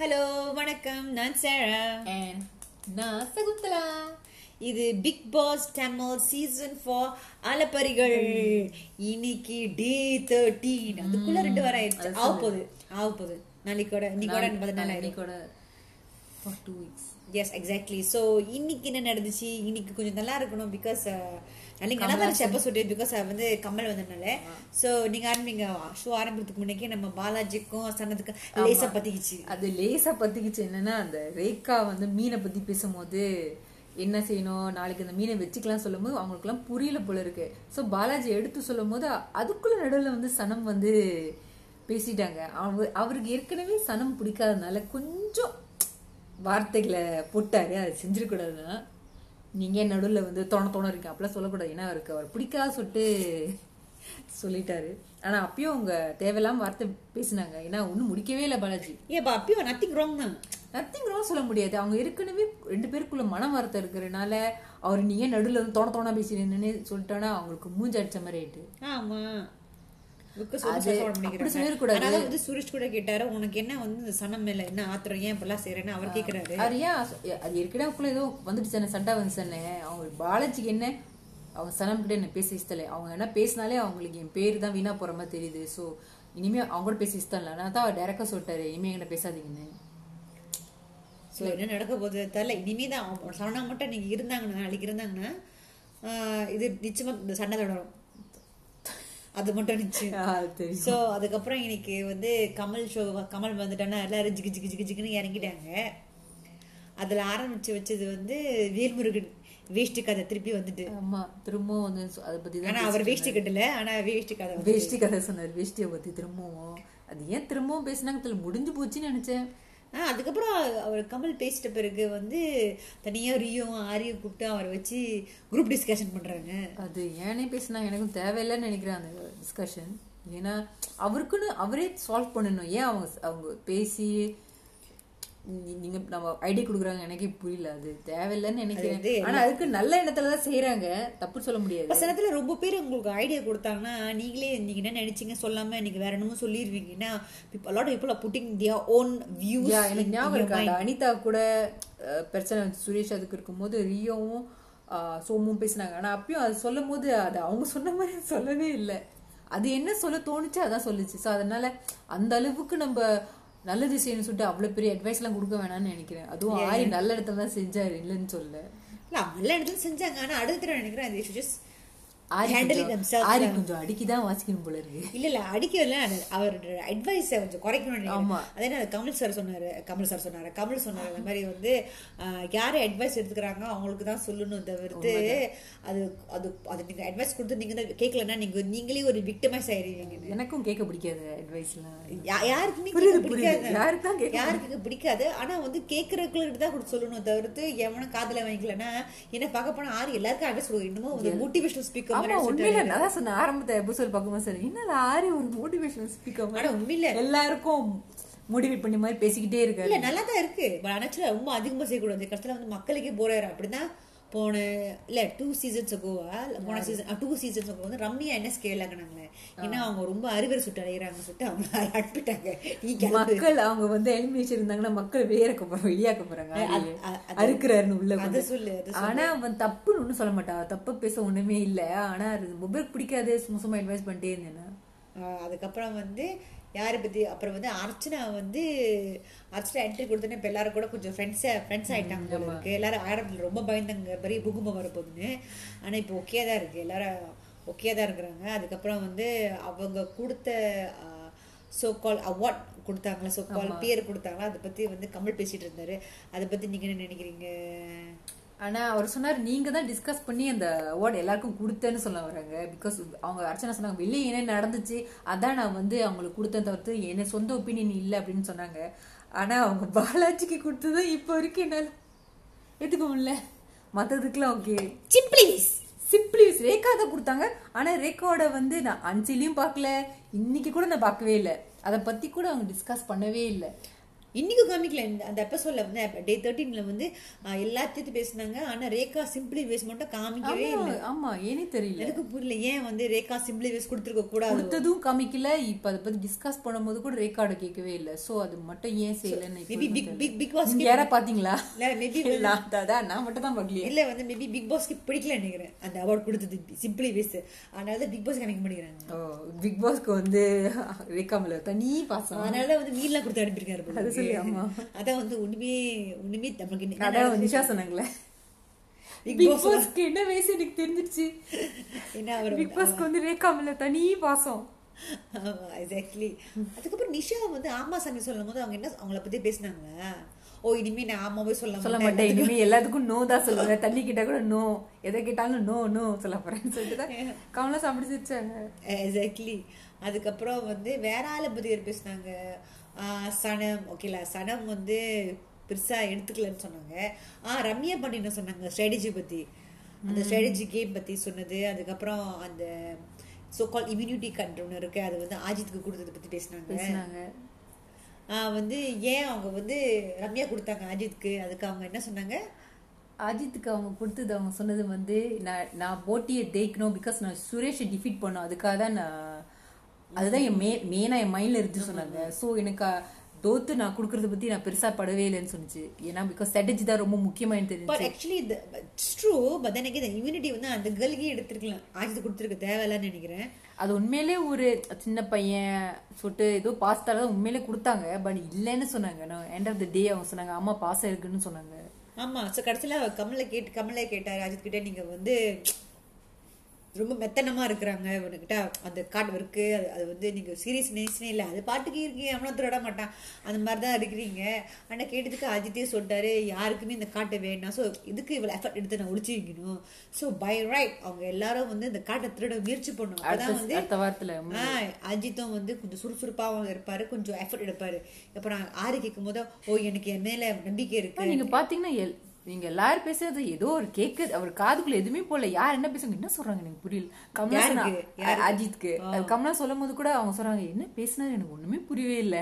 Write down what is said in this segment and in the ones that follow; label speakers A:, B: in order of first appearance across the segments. A: Hello வணக்கம் நான் Sarah
B: and நான் சகுந்தலா
A: இது big boss Tamil season four அலப்பரிகள் இன்னைக்கு டே தேர்ட்டீன் அதுக்குள்ள ரெண்டு வாரம் ஆயிடுச்சு ஆக போகுது ஆக போகுது நாளைக்கோட இன்னைக்கோட எண்பது நாள் ஆயிடும்
B: கூட for two weeks
A: yes exactly so இன்னைக்கு என்ன நடந்துச்சு இன்னைக்கு கொஞ்சம் நல்லா இருக்கணும் பிகாஸ் நாளைக்கு நல்லா இருந்துச்சு அப்போ சொல்லிட்டு பிகாஸ் uh, வந்து கமல் வந்ததுனால ஸோ நீங்க ஆரம்பிங்க ஷோ ஆரம்பிக்கிறதுக்கு முன்னாக்கே நம்ம பாலாஜிக்கும் சனத்துக்கும் லேசா பத்திக்கிச்சு
B: அது லேசா பத்திக்கிச்சு என்னன்னா அந்த ரேகா வந்து மீனை பத்தி பேசும்போது என்ன செய்யணும் நாளைக்கு அந்த மீனை வச்சுக்கலாம் சொல்லும்போது அவங்களுக்குலாம் புரியல போல இருக்கு ஸோ பாலாஜி எடுத்து சொல்லும்போது அதுக்குள்ள நடுவில் வந்து சனம் வந்து பேசிட்டாங்க அவ- அவருக்கு ஏற்கனவே சனம் பிடிக்காதனால கொஞ்சம் வார்த்தைகளை போட்டாரு அது செஞ்சிடக்கூடாதுதான் நீங்க நடுவில் வந்து தோண தோண இருக்கு அப்பெல்லாம் சொல்லக்கூடாது ஏன்னா அவருக்கு அவர் பிடிக்காத சொல்லிட்டு சொல்லிட்டாரு ஆனா அப்பயும் அவங்க தேவையில்லாம வார்த்தை பேசினாங்க ஏன்னா ஒன்றும் முடிக்கவே இல்லை பாலாஜி
A: ஏன் பா அப்பயும் நத்திங் ராங் தான்
B: நத்திங் ராங் சொல்ல முடியாது அவங்க ஏற்கனவே ரெண்டு பேருக்குள்ள மன வார்த்தை இருக்கிறனால அவர் நீ ஏன் நடுவில் வந்து தோண தோணா பேசினேன்னு சொல்லிட்டானா அவங்களுக்கு மூஞ்சி அடிச்ச மாதிரி ஆயிட்டு
A: ஆமா book அ
B: அது
A: சொல்லி சொல்ல
B: அப்படி
A: ஆரம்பிக்கிறாங்க.
B: சொல்லிடக்கூடாது.
A: அதனால வந்து சுரேஷ் கூட கேட்டாரு உனக்கு என்ன வந்து இந்த சனம் மேல என்ன ஆத்திரம் ஏன் இப்பெல்லாம் செய்யறேன்னு அவர் கேக்குறாரு
B: அது ஏன் அச- அது ஏற்கனவே அவங்களுக்குள்ள ஏதோ வந்துடுச்சானே சண்டை வந்துச்சானே அவங்க பாலாஜிக்கு என்ன அவங்க சனம் கிட்ட என்ன பேச இஷ்டல அவங்க என்ன பேசினாலே அவங்களுக்கு என் பேர் தான் வீணா போற மாதிரி தெரியுது ஸோ இனிமே அவங்க கூட பேச இஷ்டம் இல்லை நான் தான் அவர் டேரக்டா சொல்லிட்டாரு இனிமே என்கிட்ட பேசாதீங்கன்னு
A: சோ என்ன நடக்க போகுது தெரியல இனிமேதான் அவங்க சனா மட்டும் நீங்க இருந்தாங்கன்னா நாளைக்கு இருந்தாங்கன்னா ஆஹ், இது நிச்சயமா இந்த சண்டை தொடரும் அது மட்டும் நிச்சயம்
B: அது தெரியும்
A: சோ அதுக்கப்புறம் இன்னைக்கு வந்து கமல் ஷோ கமல் வந்துட்டானா எல்லாரும் ஜிகு ஜிகு ஜிகு ஜிகுன்னு இறங்கிட்டாங்க அதுல ஆரம்பிச்சு வச்சது வந்து வேல்முருகன் வேஷ்டி கதை திருப்பி வந்துட்டு
B: ஆமா திரும்பவும் வந்து சொ- அதை பத்தி
A: ஆனா
B: தான்
A: அவர் வேஷ்டி கட்டல ஆனா வேஷ்டி கதை வந்து
B: வேஷ்டி கதை சொன்னார் வேஷ்டியை பத்தி திரும்பவும் அது ஏன் திரும்பவும் பேசினாங்க தெரியல முடிஞ்சு போச்சுன்னு நினைச்சேன்
A: ஆ அதுக்கப்புறம் அவர் கமல் பேசிட்ட பிறகு வந்து தனியா ரியோவும் ஆரியும் கூப்பிட்டு அவரை வச்சு குரூப் டிஸ்கஷன் பண்றாங்க
B: அது ஏனே பேசினா எனக்கும் தேவையில்லைன்னு நினைக்கிறேன் அந்த டிஸ்கஷன் ஏன்னா அவருக்குன்னு அவரே சால்வ் பண்ணணும் ஏன் அவங்க அவங்க பேசி நீ- நீங்க நம்ம ஐடி கொடுக்குறாங்க எனக்கே புரியல அது தேவையில்லைன்னு
A: வந்து
B: நினைக்கிறேன் ஆனா அதுக்கு நல்ல இடத்துல தான் செய்யறாங்க தப்பு சொல்ல முடியாது
A: ஒரு சிலத்துல ரொம்ப பேர் உங்களுக்கு ஐடியா கொடுத்தாங்கன்னா நீங்களே நீங்க என்ன நினைச்சீங்க சொல்லாம நீங்க வேற என்னமோ சொல்லிடுவீங்க ஏன்னா lot people are putting their own views
B: yeah, எனக்கு
A: in
B: ஞாபகம்
A: your
B: இருக்கா
A: mind.
B: அந்த அனிதா கூட அஹ், பிரச்சனை வந்து சுரேஷ் அதுக்கு இருக்கும்போது ரியோவும் அஹ், சோமும் பேசினாங்க ஆனா அப்பயும் அது சொல்லும் போது அது அவங்க சொன்ன மாதிரி சொல்லவே இல்லை அது என்ன சொல்ல தோணுச்சு அதான் சொல்லுச்சு ஸோ அதனால அந்த அளவுக்கு நம்ம நல்லது செய்யணும்னு சொல்லிட்டு அவ்வளவு பெரிய அட்வைஸ் எல்லாம் கொடுக்க வேணாம்னு நினைக்கிறேன் அதுவும் ஆரி நல்ல இடத்துல தான் செஞ்சாரு இல்லைன்னு சொல்ல
A: இல்ல அவங்க எல்லா இடத்துலயும் செஞ்சாங்க ஆனா அடுத்த தடவை நினைக்கிறேன் they should just
B: aari
A: handle it
B: கொஞ்சம்-
A: themselves.
B: ஆரி கொஞ்சம் அடிக்கிதான் வாசிக்கணும் போல இருக்கு
A: இல்ல இல்ல அடிக்கல அவரோட அட்வைஸை கொஞ்சம் குறைக்கணும்னு
B: ஆமா.
A: நினைக்கிறேன். அதே நான் கமல் சார் சொன்னாரு கமல் சார் சொன்னாரு கமல் சொன்னாரு அந்த மாதிரி வந்து ஆஹ், யாரு அட்வைஸ் எடுத்துக்கிறாங்க அவங்களுக்கு தான் சொல்லணும் தவிர்த்து அது அது அது நீங்க அட்வைஸ் கொடுத்து நீங்க தான் கேட்கலன்னா நீங்க நீங்களே ஒரு விக்டமைஸ் ஆயிருவீங்க
B: எனக்கும் கேட்க பிடிக்காது அட்வைஸ்லாம்
A: யா- யாருக்குமே
B: புரியுது,
A: கேட்க
B: புரியுது.
A: பிடிக்காது
B: யாருக்குதான் கேட்க
A: யாருக்கு பிடிக்காது ஆனா வந்து கேட்கறவங்களுக்கு தான் கொடுத்து சொல்லணும் தவிர்த்து எவனும் காதுல வாங்கிக்கலன்னா என்ன பார்க்க போனா ஆறு எல்லாருக்கும் அட்வைஸ் இன்னமும் ஒரு மோட்டிவேஷனல்
B: ஆமா
A: ஸ்பீக்கர்
B: உண்மையில நான் தான் சொன்னேன் ஆரம்பத்தை எபிசோட் பார்க்கும்போது சரி என்ன ஆரி ஒரு மோட்டிவேஷனல் ஸ்பீக்கர்
A: ஆனா உண்மையில
B: எல்லாருக்கும் மோட்டிவேட் பண்ணி மாதிரி பேசிக்கிட்டே இருக்காரு
A: இல்ல நல்லா தான் இருக்கு பட் ஆனாச்சும் ரொம்ப அதிகமா செய்யக்கூடாது கடைசியில வந்து மக்களுக்கே போர் ஆயிரும் அப்படிதான் போன இல்ல டூ சீசன்ஸ் கோவா போன சீசன் டூ சீசன்ஸ் கோவா வந்து ரம்யா என்ன ஸ்கேல் ஆகினாங்களே ஏன்னா அவங்க ரொம்ப அறுவர் சுட்டு அடையிறாங்க சொல்லிட்டு அவங்க அட்பிட்டாங்க நீ கிளம்பு
B: மக்கள் அவங்க வந்து எலிமினேஷன் இருந்தாங்கன்னா மக்கள் வேறக்க போறாங்க வெளியாக்க போறாங்க ஆரியை.
A: அ- அது-
B: அறுக்குறாருன்னு உள்ள
A: அதை
B: கொண்டு.
A: சொல்லு அது
B: ஆனா அவன் தப்புன்னு ஒண்ணும் சொல்ல மாட்டான் அவன் தப்பு பேச ஒண்ணுமே இல்ல ஆனா அது மொபைல் பிடிக்காது சும்மா சும்மா அட்வைஸ் பண்ணிட்டே இருந்தேன்னா
A: ஆஹ் அதுக்கப்புறம் வந்து யாரை பத்தி அப்புறம் வந்து அர்ச்சனா வந்து அர்ச்சனா என்ட்ரி கொடுத்தோன்னே இப்ப எல்லாரும் கூட கொஞ்சம் ஃப்ரெண்ட்ஸா ஃப்ரெண்ட்ஸ் ஆயிட்டாங்க போல இருக்கு எல்லாரும் ஆரம்பத்தில் ரொம்ப பயந்தாங்க பெரிய பூகம்பம் வரப்போகுதுன்னு ஆனா இப்போ ஓகே தான் இருக்கு எல்லாரும் ஓகே தான் இருக்கிறாங்க அதுக்கப்புறம் வந்து அவங்க கொடுத்த சோ கால் அவார்ட் கொடுத்தாங்களா சோ கால் பேர் கொடுத்தாங்களா அதை பத்தி வந்து கமல் பேசிட்டு இருந்தாரு அதை பத்தி நீங்க என்ன நினைக்கிறீங்க
B: ஆனா அவர் சொன்னாரு நீங்க தான் டிஸ்கஸ் பண்ணி அந்த அவார்டு எல்லாருக்கும் கொடுத்தேன்னு சொல்ல வராங்க பிகாஸ் அவங்க அர்ச்சனா சொன்னாங்க வெளியே என்ன நடந்துச்சு அதான் நான் வந்து அவங்களுக்கு கொடுத்தேன் தவிர்த்து என்ன சொந்த ஒப்பீனியன் இல்லை அப்படின்னு சொன்னாங்க ஆனா அவங்க பாலாஜிக்கு கொடுத்தது இப்போ வரைக்கும் என்னால் எடுத்துக்க முடியல மற்றதுக்குலாம் ஓகே
A: சிப்ளீஸ்
B: சிம்பிளி ரேகா தான் கொடுத்தாங்க ஆனா ரேகாவோட வந்து நான் அஞ்சிலையும் பார்க்கல இன்னைக்கு கூட நான் பார்க்கவே இல்லை அதை பத்தி கூட அவங்க டிஸ்கஸ் பண்ணவே இல்லை
A: இன்னைக்கும் காமிக்கல இந்த- அந்த எபிசோட்ல வந்து டே தேர்ட்டீன்ல வந்து ஆஹ், எல்லாத்தையும் பேசினாங்க ஆனா ரேகா சிம்பிளி வேஸ் மட்டும் காமிக்கவே
B: ஆமா, ஆமா ஏனே தெரியல
A: எனக்கு புரியல ஏன் வந்து ரேகா சிம்பிளி வேஸ் கொடுத்துருக்க கூடாது
B: கொடுத்ததும் காமிக்கல இப்ப அதை பத்தி டிஸ்கஸ் பண்ணும்போது கூட ரெக்கார்டு கேட்கவே இல்ல சோ அது மட்டும் ஏன் செய்யலன்னு இப்போ
A: maybe big big big boss
B: நீங்க யாரா பாத்தீங்களா
A: இல்ல மேபி
B: நான் அதான் நான் மட்டும் தான் பார்க்கலையே
A: இல்ல வந்து மேபி பிக் பாஸ்க்கு பிடிக்கல நினைக்கிறேன் அந்த அவார்ட் கொடுத்தது சிம்பிளி வேஸ் அதனால தான் பிக் பாஸ் கணக்கு பண்ணிக்கிறாங்க
B: ஓ பிக் பாஸ்க்கு வந்து ரேக்காமல தனி பாசம்
A: அதனால வந்து மீன்லாம் கொடுத்து அனுப்பியிருக்காரு போல
B: அது சொல்லி, ஆமா.
A: இருக்கு. அதான் வந்து ஒண்ணுமே ஒண்ணுமே நமக்கு என்ன-
B: அதான் நிஷா சொன்னாங்களே
A: Big
B: பிக் பாஸ்க்கு என்ன வயசு எனக்கு தெரிஞ்சிருச்சு
A: என்ன அவர்
B: பிக் பாஸ்க்கு வந்து ரேக்காமல தனி பாசம்
A: ஆமா எக்ஸாக்ட்லி அதுக்கப்புறம் நிஷா வந்து ஆமா சாமி சொல்லும் போது அவங்க என்ன அவங்கள பத்தி பேசினாங்க ஓ இனிமே நான் ஆமாவே சொல்ல
B: சொல்ல
A: மாட்டேன்
B: மாட்டேன் இனிமே எல்லாத்துக்கும் நோ தான் சொல்லுவேன் தண்ணி கிட்ட கூட நோ எதை கேட்டாலும் நோ நோ சொல்ல போறேன்னு சொல்லிட்டு தான் கமலா சாப்பிட்டு சிரிச்சாங்க
A: எக்ஸாக்ட்லி அதுக்கப்புறம் வந்து வேற ஆளை பத்தி யார் பேசினாங்க ஆஹ் சனம் ஓகேல சனம் வந்து பெருசா எடுத்துக்கலன்னு சொன்னாங்க ஆ ரம்யா பண்ணின சொன்னாங்க ஸ்ட்ராட்டஜி பத்தி அந்த ஸ்ட்ராட்டஜி கேம் பத்தி சொன்னது அதுக்கப்புறம் அந்த சோ கால் இம்யூனிட்டி கண்ட்ரோல் இருக்கு அது வந்து ஆஜித்துக்கு கொடுத்தது பத்தி பேசினாங்க
B: பேசினாங்க
A: ஆஹ் வந்து ஏன் அவங்க வந்து ரம்யா கொடுத்தாங்க அஜித்க்கு அதுக்கு அவங்க என்ன சொன்னாங்க
B: அஜித்துக்கு அவங்க கொடுத்தது அவங்க சொன்னது வந்து நான் நான் போட்டியை ஜெயிக்கணும் பிகாஸ் நான் சுரேஷை டிஃபீட் பண்ணோம் அதுக்காக தான் நான் அதுதான் என் மே மெயினாக என் மைண்டில் இருந்து சொன்னாங்க ஸோ எனக்கு அஹ், தோத்து நான் கொடுக்கறத பற்றி நான் பெருசாக படவே இல்லைன்னு சொன்னிச்சு ஏன்னா பிகாஸ் ஸ்ட்ராட்டஜி தான் ரொம்ப முக்கியமானு
A: பட்
B: தெரிஞ்சு
A: ஆக்சுவலி இட்ஸ் ட்ரூ பட் எனக்கு இந்த இம்யூனிட்டி வந்து அந்த கேர்ளுக்கே எடுத்துருக்கலாம் அஜித் கொடுத்துருக்க தேவையில்லன்னு நினைக்கிறேன்
B: அது உண்மையிலே ஒரு சின்ன பையன் சொல்லிட்டு ஏதோ பாஸ்தால தான் உண்மையிலே கொடுத்தாங்க பட் இல்லைன்னு சொன்னாங்க நான் எண்ட் ஆஃப் த டே அவங்க சொன்னாங்க அம்மா பாசம் இருக்குன்னு சொன்னாங்க
A: ஆமா ஸோ கடைசியில் கமலை கேட்டு கமலை கேட்டார் அஜித் கிட்ட நீங்க வந்து ரொம்ப மெத்தனமா இருக்கிறாங்க இவனுக்கிட்ட அந்த கார்டு ஒர்க்கு அது அது வந்து நீங்க சீரியஸ் நேசனே இல்லை அது பாட்டுக்கு இருக்கீங்க எவனும் திருட மாட்டான் அந்த மாதிரி தான் இருக்கிறீங்க ஆனா கேட்டதுக்கு அஜித்தே சொல்லிட்டாரு யாருக்குமே இந்த காட்டை வேண்டாம் ஸோ இதுக்கு இவ்வளவு எஃபர்ட் எடுத்து நான் ஒழிச்சு வைக்கணும் ஸோ பை ரைட் அவங்க எல்லாரும் வந்து இந்த காட்டை திருட முயற்சி பண்ணும் அதான் வந்து
B: அடுத்த அடுத்த வாரத்தில்
A: ஆ, அஜித்தும் வந்து கொஞ்சம் சுறுசுறுப்பாகவும் இருப்பாரு கொஞ்சம் எஃபர்ட் எடுப்பாரு அப்புறம் ஆறு கேட்கும் போது ஓ எனக்கு என் மேல நம்பிக்கை இருக்கு
B: ஆனா, நீங்க பாத்தீங்கன்னா எல்- நீங்க எல்லாரும் பேசுறது ஏதோ ஒரு கேக்கு அவர் காதுக்குள்ள எதுவுமே போல யார் என்ன பேசுறாங்க என்ன சொல்றாங்க எனக்கு புரியல கமலா சொன்னா-
A: யாருக்கு?
B: அ- அஜித்க்கு அது கமலா சொல்லும் போது கூட அவங்க சொல்றாங்க என்ன பேசுனாரு எனக்கு ஒண்ணுமே புரியவே இல்ல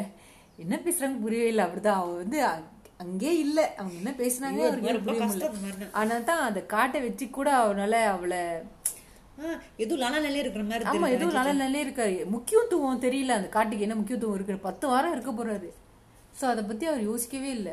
B: என்ன பேசுறாங்க புரியவே இல்ல அப்படிதான் அவங்க வந்து அங்- அங்கே இல்ல அவங்க என்ன பேசுனாங்க
A: ஐயோ,
B: அவருக்கு
A: ரொம்ப
B: புரியவே
A: கஷ்டம் இந்த
B: இல்ல ஆனா தான் அந்த காட்டை வச்சு கூட அவனால அவளை
A: ஆ, ஏதோ லலா நிலையில இருக்கிற மாதிரி
B: ஆமா
A: தெரியுது.
B: ஏதோ நல்ல நல்லே இருக்காரு முக்கியத்துவம் தெரியல அந்த காட்டுக்கு என்ன முக்கியத்துவம் இருக்கு பத்து வாரம் இருக்க போறாரு சோ அதை பத்தி அவர் யோசிக்கவே இல்ல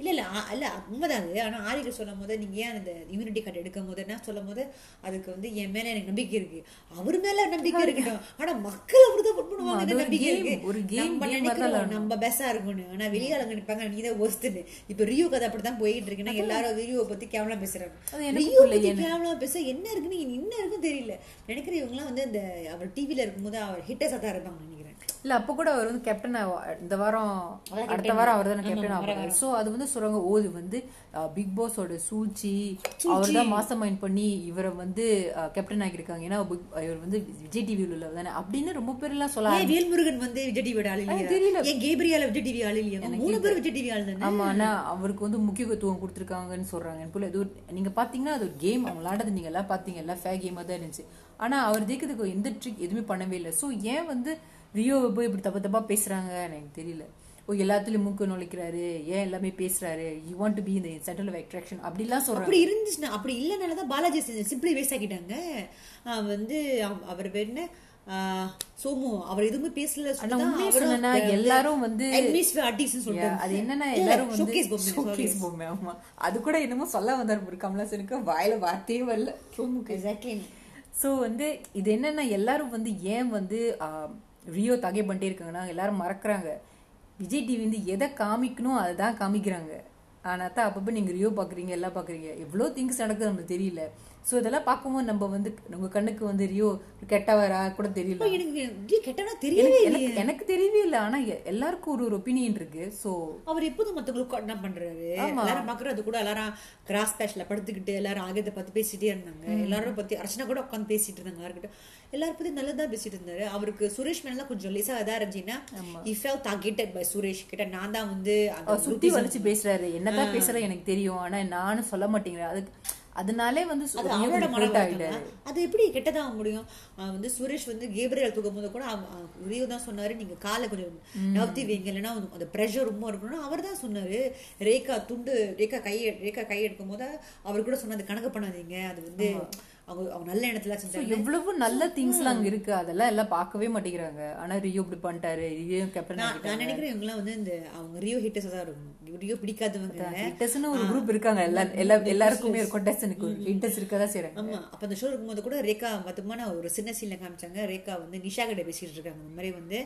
A: இல்ல இல்ல ஆ- இல்ல உண்மைதான் அது ஆனா ஆரிக்கு சொல்லும் போது நீங்க ஏன் அந்த இம்யூனிட்டி கார்டு எடுக்கும் போது என்ன சொல்லும் போது அதுக்கு வந்து என் மேல எனக்கு நம்பிக்கை இருக்கு அவர் மேல நம்பிக்கை இருக்கட்டும் ஆனா மக்கள் அப்படிதான் vote பண்ணுவாங்க
B: அது
A: இந்த
B: ஒரு
A: நம்பிக்கை
B: game,
A: இருக்கு
B: ஒரு game,
A: நம்ம
B: game மாதிரி தான்
A: நினைக்கிறோம் நம்ம பெஸ்டா இருக்கும்னு ஆனா வெளியாளங்க நினைப்பாங்க நீ தான் ஒஸ்துன்னு இப்ப ரியோ கதை அப்படிதான் போயிட்டு இருக்குன்னா எல்லாரும் ரியோவை பத்தி கேவலம்
B: அது
A: பேசுறாங்க
B: எனக்கு
A: ரியோ பத்தி கேவலமா பேச என்ன இருக்குன்னு என்ன இருக்குன்னு தெரியல நினைக்கிற இவங்கலாம் வந்து அந்த அவர் டிவில இருக்கும்போது அவர் ஹிட்டர்ஸா தான் இருப்பாங்க நினைக்கிறேன்
B: இல்ல அப்ப கூட அவர் வந்து கேப்டன் இந்த வாரம் அடுத்த வாரம் அவர் தானே கேப்டன் ஆகிறாரு சோ அது வந்து சொல்றாங்க ஓ இது வந்து பிக் பாஸோட சூழ்ச்சி அவர் தான் மாஸ்டர் மைண்ட் பண்ணி இவரை வந்து கேப்டன் ஆகியிருக்காங்க ஏன்னா Big- இவர் வந்து விஜய் டிவி உள்ள தானே அப்படின்னு ரொம்ப பேர் எல்லாம் சொல்ல
A: ஏன் வேல்முருகன் வந்து விஜய் டிவியோட ஆள் இல்லையா ஏன் கேப்ரியால விஜய் டிவி ஆள் இல்லையா மூணு பேர் விஜய் டிவி ஆள் தானே
B: ஆமா ஆனா அவருக்கு வந்து முக்கியத்துவம் கொடுத்துருக்காங்கன்னு சொல்றாங்க எனக்கு புரியல. இது ஒரு- நீங்க பாத்தீங்கன்னா அது ஒரு கேம் அவங்க விளையாடுறது நீங்க எல்லாம் பாத்தீங்க எல்லாம் ஃபே கேமா தான் இருந்துச்சு ஆனா அவர் ஜெயிக்கிறதுக்கு எந்த ட்ரிக் எதுவுமே பண்ணவே இல்லை சோ ஏன் வந்து ரியோவை போய் இப்படி தப்பு தப்பா பேசுறாங்க எனக்கு தெரியல ஓ எல்லாத்துலயும் மூக்கு நுழைக்கிறாரு ஏன் எல்லாமே பேசுறாரு யூ வாண்ட் டு பி இந்த சென்டர் ஆஃப் அட்ராக்ஷன் அப்படிலாம் சொல்றாங்க
A: அப்படி இருந்துச்சுன்னா அப்படி இல்லைனால தான் பாலாஜி சிம்பிளி வேஸ்ட் ஆக்கிட்டாங்க ஆஹ் வந்து அவ- அவர் பேர் என்ன ஆஹ் சோமு அவர் எதுவுமே பேசல
B: ஆனா உண்மையை சொல்லணும்னா எல்லாரும் வந்து அது என்னன்னா எல்லாரும் வந்து showcase பொம்மை, ஆமா அது கூட என்னமோ சொல்ல வந்தாரு ஒரு கமலாசனுக்கு வாயில வார்த்தையே வரல சோமுக்கு ஸோ வந்து இது என்னன்னா எல்லாரும் வந்து ஏன் வந்து ஆஹ், ரியோ தகை பண்ணிட்டே இருக்காங்கன்னா எல்லாரும் மறக்கறாங்க விஜய் டிவி வந்து எதை காமிக்கணும் அதை தான் காமிக்கிறாங்க ஆனால் தான் அப்பப்போ நீங்கள் ரியோ பார்க்குறீங்க எல்லாம் பார்க்குறீங்க எவ்வளோ திங்ஸ் நடக்குது நமக்கு தெரியல ஸோ இதெல்லாம் பார்க்கும்போது நம்ம வந்து உங்கள் கண்ணுக்கு வந்து ரியோ கெட்டவரா கூட தெரியல
A: எனக்கு இது கெட்டனா தெரியவே
B: எனக்கு- எனக்கு எனக்கு தெரியவே இல்லை ஆனால் எல்லாருக்கும் ஒரு ஒரு ஒப்பீனியன் இருக்கு ஸோ
A: அவர் எப்போதும் மத்தவங்களுக்கு என்ன பண்றாரு எல்லாரும் பாக்குறது கூட எல்லாரும் கிராஸ் பேஷ்ல படுத்துக்கிட்டு எல்லாரும் ஆகியத்தை பத்தி பேசிட்டே இருந்தாங்க எல்லாரும் பத்தி அர்ச்சனா கூட உட்காந்து பேசிட்டு இருந்தாங்க யாருக்கிட்ட எல்லாரும் பத்தி நல்லதா பேசிட்டு இருந்தாரு அவருக்கு சுரேஷ் மேல எல்லாம் கொஞ்சம் லேசா இதா இருந்துச்சுன்னா if how targeted by Suresh கிட்ட நான் தான் வந்து அந்த
B: சுத்தி வலிச்சு பேசுறாரு என்னதான் பேசுறது எனக்கு தெரியும் ஆனா நானும் சொல்ல மாட்டேங்கிறேன் அதுக்கு அதனாலே வந்து
A: அது
B: உடனே
A: அவளோட
B: கொஞ்சம் hurt
A: மனவாழ்க்கை
B: ஆயிட்டாரு.
A: தான். அது எப்படி கெட்டதாக முடியும் அவன் வந்து சுரேஷ் வந்து கேப்ரியல் தூக்கும்போது கூட உரிய தான் சொன்னாரு நீங்க காலை கொஞ்சம் நவத்தி வைங்க இல்லைன்னா உங்க- அந்த ப்ரெஷர் ரொம்ப இருக்கணும்னு அவர் தான் சொன்னாரு ரேகா துண்டு ரேகா கையை ரேகா கை எடுக்கும் போது அவர் கூட சொன்னது கணக்கு பண்ணாதீங்க அது வந்து அவங்க அவங்க நல்ல எண்ணத்துல
B: So,
A: செஞ்சாங்க
B: எவ்வளவு நல்ல திங்ஸ் எல்லாம் அங்க இருக்கு அதெல்லாம் எல்லாம் பார்க்கவே மாட்டேங்கிறாங்க ஆனா ரியோ இப்படி பண்ணிட்டாரு ரியோ கேப்டன்
A: நான் நான் நினைக்கிறேன் இவங்கெல்லாம் வந்து இந்த அவங்க ரியோ ஹிட்டர்ஸாக தான் இருக்கணும் ரியோ பிடிக்காதவங்க
B: ஹிட்டர்ஸ்னு ஒரு குரூப் இருக்காங்க எல்லா எல்லா எல்லாருக்குமே இருக்கும் டெஸ்டனுக்கு ஹிட்டர்ஸ் இருக்கதான் செய்றாங்க
A: ஆமா அப்ப அந்த ஷோ இருக்கும்போது கூட ரேகா மொத்தமான ஒரு சின்ன சீன்ல காமிச்சாங்க ரேகா வந்து நிஷா கிட்ட பேசிட்டு இருக்காங்க இந்த மாதிரி வந்து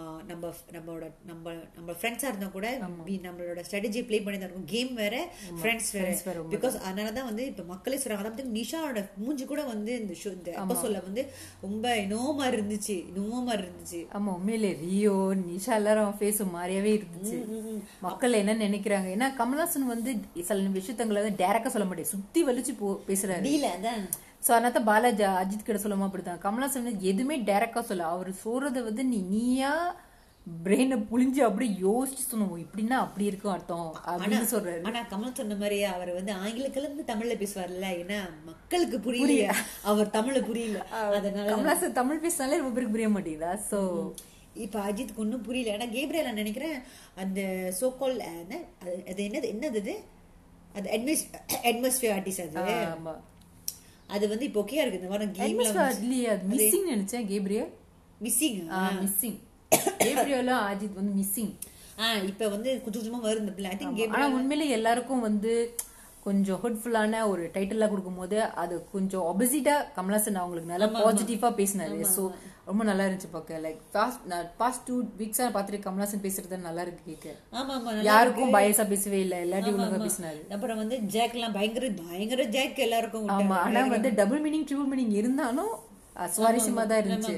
A: ஆஹ், நம்ம நம்மளோட நம்ம நம்ம ஃப்ரெண்ட்ஸா இருந்தா கூட we- நம்மளோட ஸ்ட்ராட்டஜி ப்ளே பண்ணி தான் இருக்கும் கேம் வேற ஃப்ரெண்ட்ஸ் வேற
B: friends வேற, உண்மைதான்.
A: பிகாஸ் அதனாலதான் வந்து இப்ப மக்களே சொல்றாங்க அதாவது நிஷாவோட மூஞ்சி கூட வந்து இந்த ஷோ இந்த எபிசோட்ல வந்து ரொம்ப நோமா இருந்துச்சு நோமா இருந்துச்சு
B: ஆமா உண்மையிலே ரியோ நிஷா எல்லாரும் ஃபேஸ் மாறியாவே இருந்துச்சு
A: Mm-hmm.
B: மக்கள் என்ன நினைக்கிறாங்க ஏன்னா கமல்ஹாசன் வந்து சில விஷயத்தங்களை வந்து டேரக்டா சொல்ல மாட்டேன் சுத்தி வலிச்சு போ பேசுறாரு
A: டீல அதான்
B: சோ அதனால பாலாஜி அஜித் கிட்ட சொல்லாம அப்படிதான் கமல்ஹாசன் வந்து எதுவுமே டேரக்டா சொல்ல அவர் சொல்றத வந்து நீ நீயா பிரெயினை புழிஞ்சு அப்படியே யோசிச்சு சொல்லணும் இப்படின்னா அப்படி இருக்கும் அர்த்தம் அப்படின்னு சொல்றாரு
A: ஆனா கமல் சொன்ன மாதிரி அவர் வந்து ஆங்கில கலந்து தமிழ்ல பேசுவார்ல ஏன்னா மக்களுக்கு புரியல அவர் தமிழ்ல புரியல அதனால
B: கமல்ஹாசன் தமிழ் பேசினாலே ரொம்ப பேருக்கு புரிய மாட்டேங்குதா சோ
A: இப்ப அஜித்துக்கு ஒன்றும் புரியல ஏன்னா கேப்ரியல் நான் நினைக்கிறேன் அந்த சோகால் அது என்னது என்னது இது? அது அட்மிஸ் அட்மாஸ்பியர் ஆர்டிஸ்ட் அது
B: ஆமா
A: அது வந்து இப்போ ஓகேயா இருக்கு இந்த வாரம்
B: Atmosphere
A: கேம்ல
B: இல்லையே அது மிஸ்ஸிங் நினைச்சேன் கேப்ரியல்
A: மிஸ்ஸிங்
B: மிஸ்ஸிங் கேப்ரியலும் அஜித் வந்து மிஸ்ஸிங்
A: ஆ இப்ப வந்து கொஞ்சம் கொஞ்சமா வருது இந்த பிள்ளை ஐ திங்க்
B: ஆனா உண்மையில எல்லாருக்கும் வந்து கொஞ்சம் ஹெல்ப்ஃபுல்லான ஒரு டைட்டிலா கொடுக்கும்போது அது கொஞ்சம் ஆப்போசிட்டா கமலாசன் அவங்களுக்கு நல்லா பாசிட்டிவா பேசினாரு சோ ரொம்ப நல்லா இருந்துச்சு பார்க்க லைக் பாஸ்ட் பாஸ்ட் டூ வீக்ஸா பார்த்துட்டு கமலாசன் பேசுறது நல்லா இருக்கு கேட்க
A: ஆமா ஆமா
B: யாருக்கும் பயசா பேசவே இல்ல எல்லாத்தையும் ஒழுங்கா பேசினாரு
A: அப்புறம் வந்து ஜாக் எல்லாம் பயங்கர பயங்கர ஜாக் எல்லாருக்கும் விட்டாங்க.
B: ஆமா ஆனா வந்து டபுள் மீனிங் ட்ரிபிள் மீனிங் இருந்தாலும் அஹ், சுவாரஸ்யமா தான் இருந்துச்சு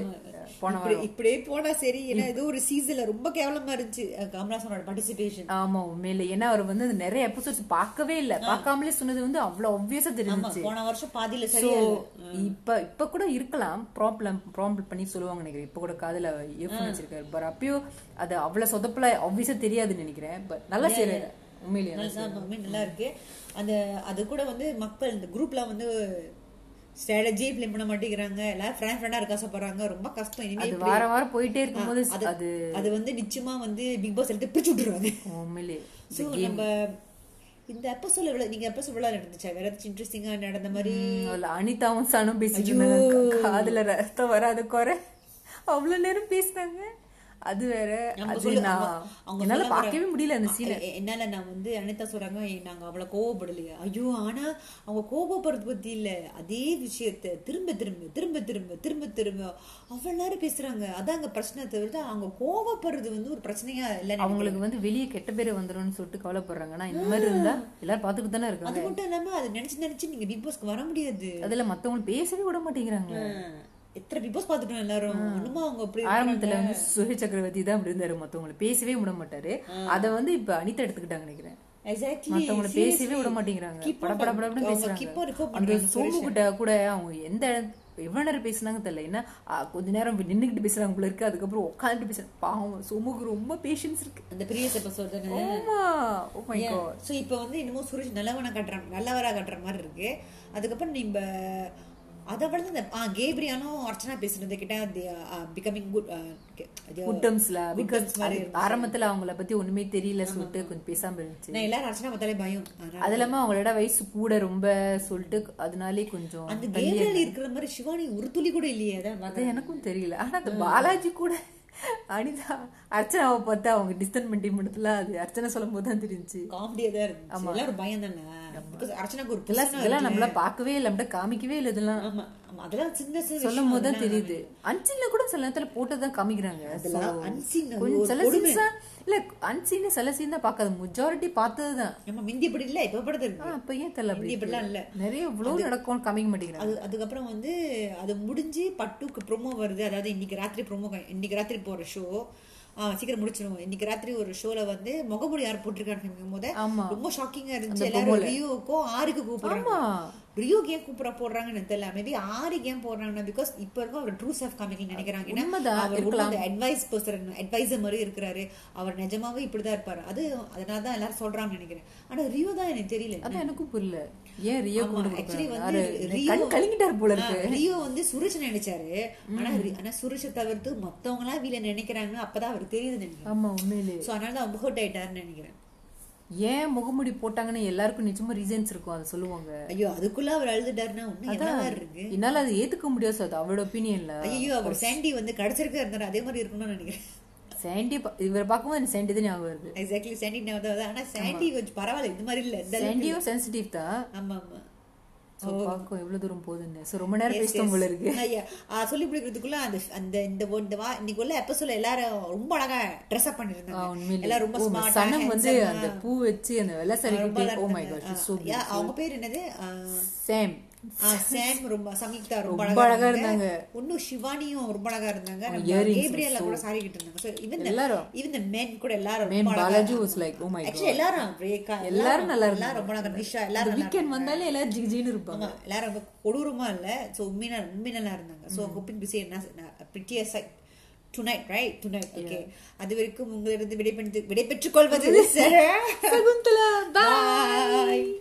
B: போன
A: இப்படி- இப்படியே போனா சரி ஏன்னா ஏதோ ஒரு சீசன்ல ரொம்ப கேவலமா இருந்துச்சு அஹ் கமலாசனோட பார்ட்டிசிபேஷன்
B: ஆமா உண்மையில ஏன்னா அவர் வந்து அது நிறைய எபிசோட்ஸ் பார்க்கவே இல்ல பார்க்காமலே சொன்னது வந்து அவ்வளவு obvious ஆ தெரிஞ்சுச்சு
A: போன வருஷம் பாதியில
B: ஸோ
A: சரியா இல்ல.
B: இப்ப இப்ப கூட இருக்கலாம் ப்ராப்ளம் ப்ராப்ளம் பண்ணி சொல்லுவாங்க நினைக்கிறேன் இப்ப கூட காதுல இயர்ஃபோன் வச்சிருக்காரு பட் அப்பயும் அது அவ்வளவு சொதப்பல obvious ஆ தெரியாதுன்னு நினைக்கிறேன் பட் நல்லா செய்யறாரு உண்மையிலேயே நல்லா
A: நல்லா ரொம்ப நல்லா இருக்கு அந்த அது கூட வந்து மக்கள் இந்த குரூப்லாம் வந்து ஸ்ட்ராட்டஜி ப்ளே பண்ண மாட்டேங்கிறாங்க எல்லாரும் ஃப்ரெண்ட் ஃப்ரெண்டா இருக்க ஆசைப்படுறாங்க ரொம்ப கஷ்டம் இனிமே
B: அது
A: இப்படி-
B: வாரம் வாரம் போயிட்டே இருக்கும்போது
A: அது-
B: அது
A: அது வந்து நிச்சயமா வந்து பிக் பாஸ் எடுத்து பிரிச்சு விட்டுருவாங்க
B: உண்மையிலே
A: ஸோ நம்ம இந்த எபிசோட்ல இவ்வளவு நீங்க எபிசோட் இவ்வளவு நடந்துச்சா வேற ஏதாச்சும் இன்ட்ரெஸ்டிங்கா நடந்த மாதிரி
B: ம், அதுல அனிதாவும் சனும் பேசிட்டு இருந்தாங்க. கா- காதுல ரத்தம் வராத குறை அவ்வளவு நேரம் பேசினாங்க அது வேற அது
A: சொல்லு,
B: நான்
A: அவங்க- அவங்க
B: என்னால
A: சொல்ல வர-
B: பார்க்கவே முடியல அந்த சீனை
A: எ- எ- என்னால நான் வந்து அனிதா சொல்றாங்க "ஏய், நாங்க அவ்வளவு கோவப்படலையா ஐயோ ஆனா அவங்க கோபப்படுறது பத்தி இல்ல அதே விஷயத்தை திரும்ப திரும்ப திரும்ப திரும்ப திரும்ப திரும்ப அவ்வளவு நேரம் பேசுறாங்க அதாங்க பிரச்சனை தவிர்த்து அவங்க கோவப்படுறது வந்து ஒரு பிரச்சனையா இல்ல
B: அவங்களுக்கு வந்து வெளியே கெட்ட பேர் வந்துரும்னு சொல்லிட்டு கவலைப்படுறாங்க ஆனா இந்த மாதிரி இருந்தா எல்லாரும் பாத்துட்டு தானே
A: அது
B: இருக்காங்க
A: மட்டும் இல்லாம அதை நினைச்சு நினைச்சு நீங்க பிக் பாஸ்க்கு வர முடியாது
B: அதுல மத்தவங்க பேசவே விட மாட்டேங்கிறாங்க
A: எத்தனை பிக் பாஸ் பாத்துட்டோம் எல்லாரும் ஒண்ணுமா அவங்க அப்படி
B: ஆரம்பத்துல வந்து சுரேஷ் சக்கரவர்த்தி தான் அப்படி இருந்தாரு மத்தவங்களை பேசவே விட மாட்டாரு அத வந்து இப்ப அனிதா எடுத்துக்கிட்டாங்க நினைக்கிறேன்
A: எக்ஸாக்ட்லி
B: மத்தவங்களை பேசவே விட மாட்டேங்கிறாங்க
A: Keep on
B: பட பட படப்படன்னு
A: அவங்க keep on
B: பேசுறாங்க
A: record
B: அந்த
A: பண்றாங்க
B: சோம்பு கிட்ட கூட அவங்க எந்த இடத்து- எவ்வளவு நேரம் பேசுனாங்க தெரியல ஏன்னா ஆ, கொஞ்ச நேரம் நின்னுகிட்டு பேசுறாங்க போல இருக்கு அதுக்கப்புறம் உட்காந்துட்டு பேசுறாங்க பாவம் சோமுக்கு ரொம்ப பேஷன்ஸ் இருக்கு
A: அந்த ப்ரீவியஸ் எபிசோட் தானே
B: ஆமா Oh oh my God
A: so இப்போ வந்து இன்னமும் சுரேஷ் நல்லவனா கட்டுறாங்க நல்லவரா கட்டுற மாதிரி இருக்கு அதுக்கப்புறம் நீங்க அதை விட இந்த ஆ கேப்ரியாலும் அர்ச்சனா பேசுனது கிட்ட பிகமிங் குட்
B: குட் டர்ம்ஸ்ல
A: terms
B: பிகாஸ் ஆரம்பத்துல அவங்கள பத்தி ஒண்ணுமே தெரியல சொல்லிட்டு கொஞ்சம் பேசாம இருந்துச்சு
A: நான் எல்லாரும் அர்ச்சனா பார்த்தாலே பயம் அதனால
B: அது இல்லாம அவங்களோட வயசு கூட ரொம்ப சொல்லிட்டு அதனாலே கொஞ்சம்
A: அந்த கேப்ரியல் இருக்கிற மாதிரி சிவானி ஒரு துளி கூட இல்லையே அதான்
B: அது எனக்கும் தெரியல ஆனா அந்த பாலாஜி கூட அனிதா அர்ச்சனாவை பார்த்து அவங்க டிஸ்டன் மென்டிமெண்ட்ல அது அர்ச்சனா சொல்லும் போது தான் தெரிஞ்சு
A: காமெடியா தான் இருந்துச்சு எல்லாரும் பயம் தானே பிகாஸ் அர்ச்சனாக்கு ஒரு புதுசா
B: இதெல்லாம் நம்மள பார்க்கவே இல்லை நம்மள காமிக்கவே இல்லை இதெல்லாம்
A: ஆமா ஆமா, அதெல்லாம் சின்ன சின்ன
B: சொல்லும் போது தான் தெரியுது அன்சின்ல கூட சில நேரத்துல போட்டதான் காமிக்கிறாங்க So,
A: unseen அது
B: கொஞ்சம் சில சீன்ஸ் இல்ல அன்சீன் சில சீன் தான் பார்க்காது மெஜாரிட்டி பார்த்ததுதான்
A: நம்ம மிந்தி இப்படி இல்ல இப்ப படத்து இருக்கு
B: ஆனா, அப்ப ஏன் தெரியல அப்படி
A: மிந்தி இப்படிலாம் இல்ல
B: நிறைய இவ்வளவு நடக்கும் காமிக்க மாட்டேங்கிறாங்க
A: அது அதுக்கப்புறம் வந்து அது முடிஞ்சு பட்டுக்கு ப்ரோமோ வருது அதாவது இன்னைக்கு ராத்திரி ப்ரோமோ இன்னைக்கு ராத்திரி போற ஷோ சீக்கிரம் முடிச்சிருவோம் இன்னைக்கு ராத்திரி ஒரு ஷோல வந்து முகமூடி யார் போட்டிருக்காங்க போது
B: ஆமா
A: ரொம்ப ஷாக்கிங்கா இருந்துச்சு எல்லாரும் ரியோக்கும் ஆருக்கு கூப்பிடுறாங்க
B: ஆமா
A: ரியோ ஏன் கூப்பிட போடுறாங்கன்னு தெரியல மேபி ஆறு ஏன் போடுறாங்கன்னா பிகாஸ் இப்போ இருக்கும் அவர் ட்ரூ செஃப் காமிக்கி நினைக்கிறாங்க ஏன்னா
B: உண்மைதான்,
A: அவர் உள்ள
B: இருக்கலாம்.
A: அந்த அட்வைஸ் பர்சன் அட்வைசர் மாதிரி இருக்கிறாரு அவர் நிஜமாவே இப்படிதான் இருப்பாரு அது அதனால தான் எல்லாரும் சொல்றாங்கன்னு நினைக்கிறேன் ஆனா ரியோ தான் எனக்கு தெரியல
B: அதான் எனக்கும் புரியல ஏன் ரியோ
A: ஆமா,
B: கூட
A: actually
B: கொடுக்குறாரு?
A: வந்து
B: அவரு
A: ரியோ-
B: கண் கலங்கிட்டார் போல
A: ஆ,
B: இருக்கு
A: ரியோ வந்து சுரேஷ் நினைச்சாரு ஆனா ரி- ஆனா சுரேஷை தவிர்த்து மத்தவங்க எல்லாம் வீல நினைக்கிறாங்க அப்பதான் அவர் தெரியுதுன்னு நினைக்கிறேன்
B: ஆமா உண்மையிலே
A: சோ அதனால தான் ஹோட் ஆயிட்டாருன்னு நினைக்கிறேன்
B: ஏன் முகமுடி போட்டாங்கன்னு எல்லாருக்கும் நிஜமா ரீசன்ஸ் இருக்கும் அதை சொல்லுவாங்க
A: ஐயோ அதுக்குள்ள அவர் அழுதுட்டாருன்னா ஒண்ணு என்னவா இருக்கு
B: என்னால அதை ஏத்துக்க முடியாது sir. அது அவரோட ஒப்பீனியன்ல
A: ஐயோ அவர் சாண்டி வந்து கிடைச்சிருக்க இருந்தாரு அதே மாதிரி இருக்கணும்னு நினைக்கிறேன்
B: சாண்டி பா- இவரை பார்க்கும்போது எனக்கு சாண்டி தான் ஞாபகம் வருது
A: எக்ஸாக்ட்லி சாண்டி ஞாபகம் வருது. ஆனா சாண்டி கொஞ்சம் பரவாயில்ல இது மாதிரி இல்ல இந்த அளவுக்கு-
B: சாண்டியும் சென்சிட்டிவ் தான்
A: ஆமா ஆமா
B: So, பார்க்கும் எவ்வளவு தூரம் போகுதுன்னு சோ ரொம்ப நேரம் பேசிட்டோம் போல இருக்கு
A: ஐயா, ஆ, சொல்லி பிடிக்கிறதுக்குள்ள அந்த அந்த இந்த ஒ- இந்த வா இன்னைக்கு உள்ள எபிசோட்ல எல்லாரும் ரொம்ப அழகா ட்ரெஸ் அப்
B: ஆ,
A: பண்ணிருந்தாங்க
B: உண்மையிலே.
A: எல்லாரும் ரொம்ப
B: ஓ,
A: ஸ்மார்ட்டா
B: சனம் வந்து அந்த பூ வச்சு அந்த oh வெள்ளை சாரி
A: ரொம்ப
B: கட்டி
A: அழகா
B: ஓ மை காட்
A: இருந்தாங்க.
B: சோ
A: ஆ, யா, அவங்க பேர் என்னது ஆ,
B: சேம்
A: ஆ, சாம் ரொம்ப சமீக்தா ரொம்ப
B: ரொம்ப
A: அழகா
B: அழகா Oh,
A: இருந்தாங்க இன்னும் சிவானியும் ரொம்ப அழகா இருந்தாங்க நம்ம
B: earrings
A: கேப்ரியல்ல கூட சாரி கிட்டு இருந்தாங்க சோ இவன்
B: எல்லாரும்.
A: இவன் மென் கூட எல்லாரும்
B: மேம்
A: ரொம்ப அழகா
B: Balaji was like oh my
A: actually எல்லாரும் பிரேக்கா
B: oh எல்லாரும் நல்லா
A: எல்லாரும் ரொம்ப அழகா நிஷா
B: அந்த
A: எல்லாரும்
B: வீக்கெண்ட் வந்தாலே எல்லாரும் ஜிகு ஜின்னு இருப்பாங்க
A: ஆமா எல்லாரும் ரொம்ப கொடூரமா இல்ல சோ உண்மையா உண்மையா நல்லா இருந்தாங்க சோ ஹோப்பிங் பிசி என்ன பிரிட்டியா side tonight right tonight okay அது வரைக்கும் உங்களிருந்து விடைபெற்று விடைபெற்றுக் கொள்வது சார்
B: சகுந்தலா பாய்
A: பாய்